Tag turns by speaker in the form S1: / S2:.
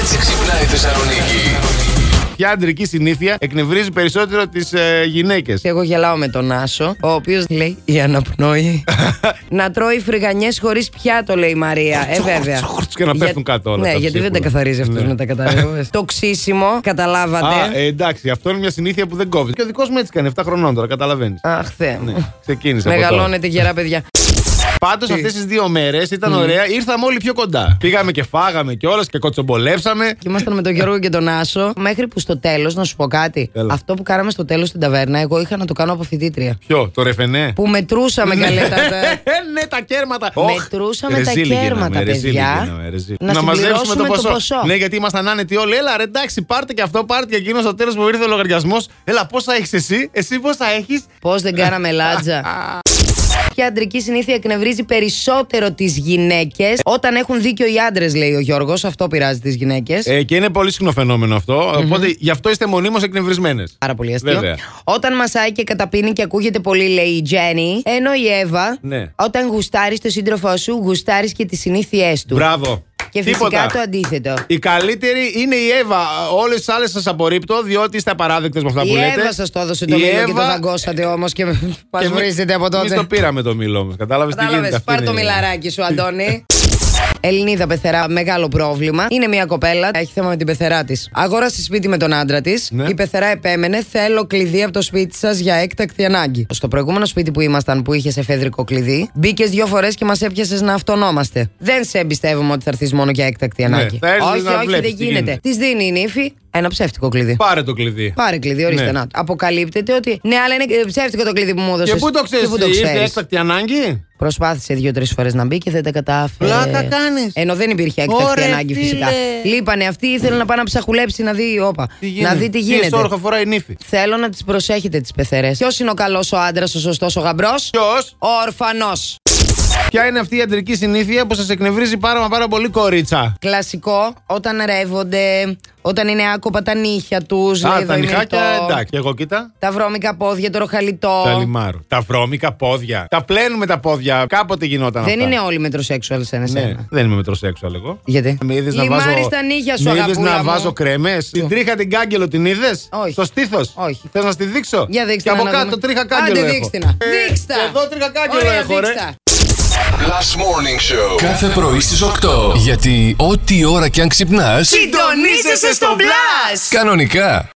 S1: έτσι ξυπνάει η Θεσσαλονίκη.
S2: Ποια αντρική συνήθεια εκνευρίζει περισσότερο τις ε, γυναίκες.
S3: Και εγώ γελάω με τον Άσο, ο οποίος λέει η αναπνοή. να τρώει φρυγανιές χωρίς πιάτο, λέει η Μαρία. Ε, βέβαια.
S2: Και να πέφτουν κάτω όλα.
S3: Ναι,
S2: τα
S3: γιατί δεν τα
S2: ψίχουλα.
S3: καθαρίζει αυτός
S2: Ναι.
S3: να τα καταλάβει. το ξύσιμο,
S2: Α,
S3: καταλάβατε.
S2: ε, εντάξει, αυτό είναι μια συνήθεια που δεν κόβεις. Και ο δικός μου έτσι κάνει, 7 χρονών τώρα, καταλαβαίνεις.
S3: Αχ, θε.
S2: ναι, ξεκίνησε.
S3: Μεγαλώνετε γερά παιδιά.
S2: Πάντως αυτές τις δύο μέρες ήταν ωραία, ήρθαμε όλοι πιο κοντά. Πήγαμε και φάγαμε κιόλα και κοτσομπολέψαμε.
S3: Και ήμασταν με τον Γιώργο και τον Άσο. Μέχρι που στο τέλος, να σου πω κάτι.
S2: Έλα.
S3: Αυτό που κάναμε στο τέλος στην ταβέρνα, εγώ είχα να το κάνω από φοιτήτρια.
S2: Ποιο, το ρεφενέ.
S3: Που μετρούσαμε καλέ τα. τα-
S2: ναι, τα κέρματα.
S3: Μετρούσαμε τα κέρματα, παιδιά.
S2: Να,
S3: Να
S2: να μαζέψουμε το
S3: συμπληρώσουμε
S2: ποσό.
S3: το ποσό.
S2: Ναι, γιατί ήμασταν άνετοι όλοι. Έλα, ρε, εντάξει, πάρτε και αυτό, πάρτε και εκείνο. Στο τέλος που ήρθε ο λογαριασμός, έλα, πόσα έχεις εσύ, εσύ πόσα έχεις.
S3: Πώς δεν κάναμε λάτζα. Ποια αντρική συνήθεια εκνευρίζει περισσότερο τις γυναίκες όταν έχουν δίκιο οι άντρες, λέει ο Γιώργος. Αυτό πειράζει τις γυναίκες.
S2: Ε, και είναι πολύ συχνό φαινόμενο αυτό. Οπότε γι' αυτό είστε μονίμως εκνευρισμένες.
S3: Πάρα πολύ αστείο.
S2: Βέβαια.
S3: Όταν μασάει και καταπίνει και ακούγεται πολύ, λέει η Τζέννη. Ενώ η Εύα,
S2: Ναι.
S3: όταν γουστάρεις τον σύντροφό σου, γουστάρεις και τις συνήθειές του.
S2: Μπράβο.
S3: Και φυσικά
S2: Τίποτα.
S3: το αντίθετο.
S2: Η καλύτερη είναι η Εύα. Όλες τις άλλες σας απορρίπτω, διότι είστε απαράδεκτες με αυτά
S3: Η
S2: που λέτε.
S3: Εύα σας το έδωσε το
S2: Η
S3: μήλο και το
S2: Εύα-
S3: δαγκώσατε όμως και μα
S2: και μη-
S3: βρίζετε από τότε.
S2: Εμείς το πήραμε το μήλο μα. Κατάλαβες τι γίνεται.
S3: Κατάλαβες.
S2: αυτή
S3: Πάρ
S2: είναι
S3: το
S2: η-
S3: μιλαράκι σου, Αντώνη. Ελληνίδα πεθερά, μεγάλο πρόβλημα. Είναι μια κοπέλα, έχει θέμα με την πεθερά της. Αγόρασε σπίτι με τον άντρα της.
S2: Ναι.
S3: Η πεθερά επέμενε, θέλω κλειδί από το σπίτι σας για έκτακτη ανάγκη. Στο προηγούμενο σπίτι που ήμασταν, που είχε εφεδρικό κλειδί, μπήκες δύο φορές και μας έπιασες να αυτονόμαστε. Δεν σε εμπιστεύομαι ότι θα έρθεις μόνο για έκτακτη
S2: Ναι,
S3: ανάγκη.
S2: θα έρθεις
S3: όχι,
S2: να
S3: όχι,
S2: βλέπεις
S3: δεν
S2: τι
S3: γίνεται.
S2: γίνεται.
S3: Της δίνει η νύφη ένα ψεύτικο κλειδί.
S2: Πάρε το κλειδί.
S3: Πάρε κλειδί, ορίστε
S2: Ναι.
S3: να. Αποκαλύπτεται ότι. Ναι, αλλά είναι ε, ψεύτικο το κλειδί που μου έδωσες.
S2: Και πού το ξέρεις, Ήρθε έκτακτη ανάγκη.
S3: Προσπάθησε δύο-τρει φορές να μπει και δεν τα κατάφερε.
S2: Πλάκα κάνεις.
S3: Ενώ δεν υπήρχε έκτακτη
S2: Ωρε,
S3: ανάγκη
S2: φίλε.
S3: φυσικά. Λείπανε αυτοί, ήθελε να πάει να ψαχουλέψει να δει, όπα, να δει τι γίνεται.
S2: Τι σόρχο φοράει η νύφη.
S3: Θέλω να τις προσέχετε τις πεθερές. Ποιος είναι ο καλός ο άντρας, ο σωστός ο γαμπρός.
S2: Ποιος,
S3: Ο ορφανό.
S2: ποια είναι αυτή η αντρική συνήθεια που σας εκνευρίζει πάρα μα πάρα πολύ κορίτσα.
S3: Κλασικό, όταν ρεύονται, όταν είναι άκοπα τα νύχια τους.
S2: Α, τα νυχάκια, εντάξει. Και εγώ κοίτα.
S3: Τα βρώμικα πόδια, το ροχαλιτό.
S2: Τα λιμάρω. Τα βρώμικα πόδια. Τα πλένουμε τα πόδια. Κάποτε γινόταν
S3: Δεν
S2: αυτά.
S3: είναι όλοι μετροσέξουαλ σαν εσένα.
S2: Ναι, δεν είμαι μετροσέξουαλ εγώ.
S3: Γιατί?
S2: Με είδες να
S3: Λιμάρεις
S2: βάζω.
S3: τα νύχια σου,
S2: με είδες
S3: αγαπούλα
S2: να
S3: μου.
S2: βάζω κρέμες. Την τρίχα την κάγκελο την είδες.
S3: Όχι.
S2: Στο στήθος.
S3: Όχι.
S2: Θες να στη δείξω.
S3: Για δείξτε
S2: Και
S3: να,
S2: από
S3: να
S2: κάτω
S3: δούμε.
S2: τρίχα κάγκελο.
S3: Άντε
S2: έχω.
S3: δείξτε να.
S2: Ε,
S3: Δείξτε.
S2: και Εδώ τρίχα κάγκελο
S3: Ωραία,
S2: έχω, ρε.
S3: δείξτε.
S1: Last Morning Show.
S4: Κάθε πρωί στις 8. Γιατί ό,τι ώρα κι αν ξυπνάς,
S3: Συντονίζεσαι στο μπλα!
S4: κανονικά.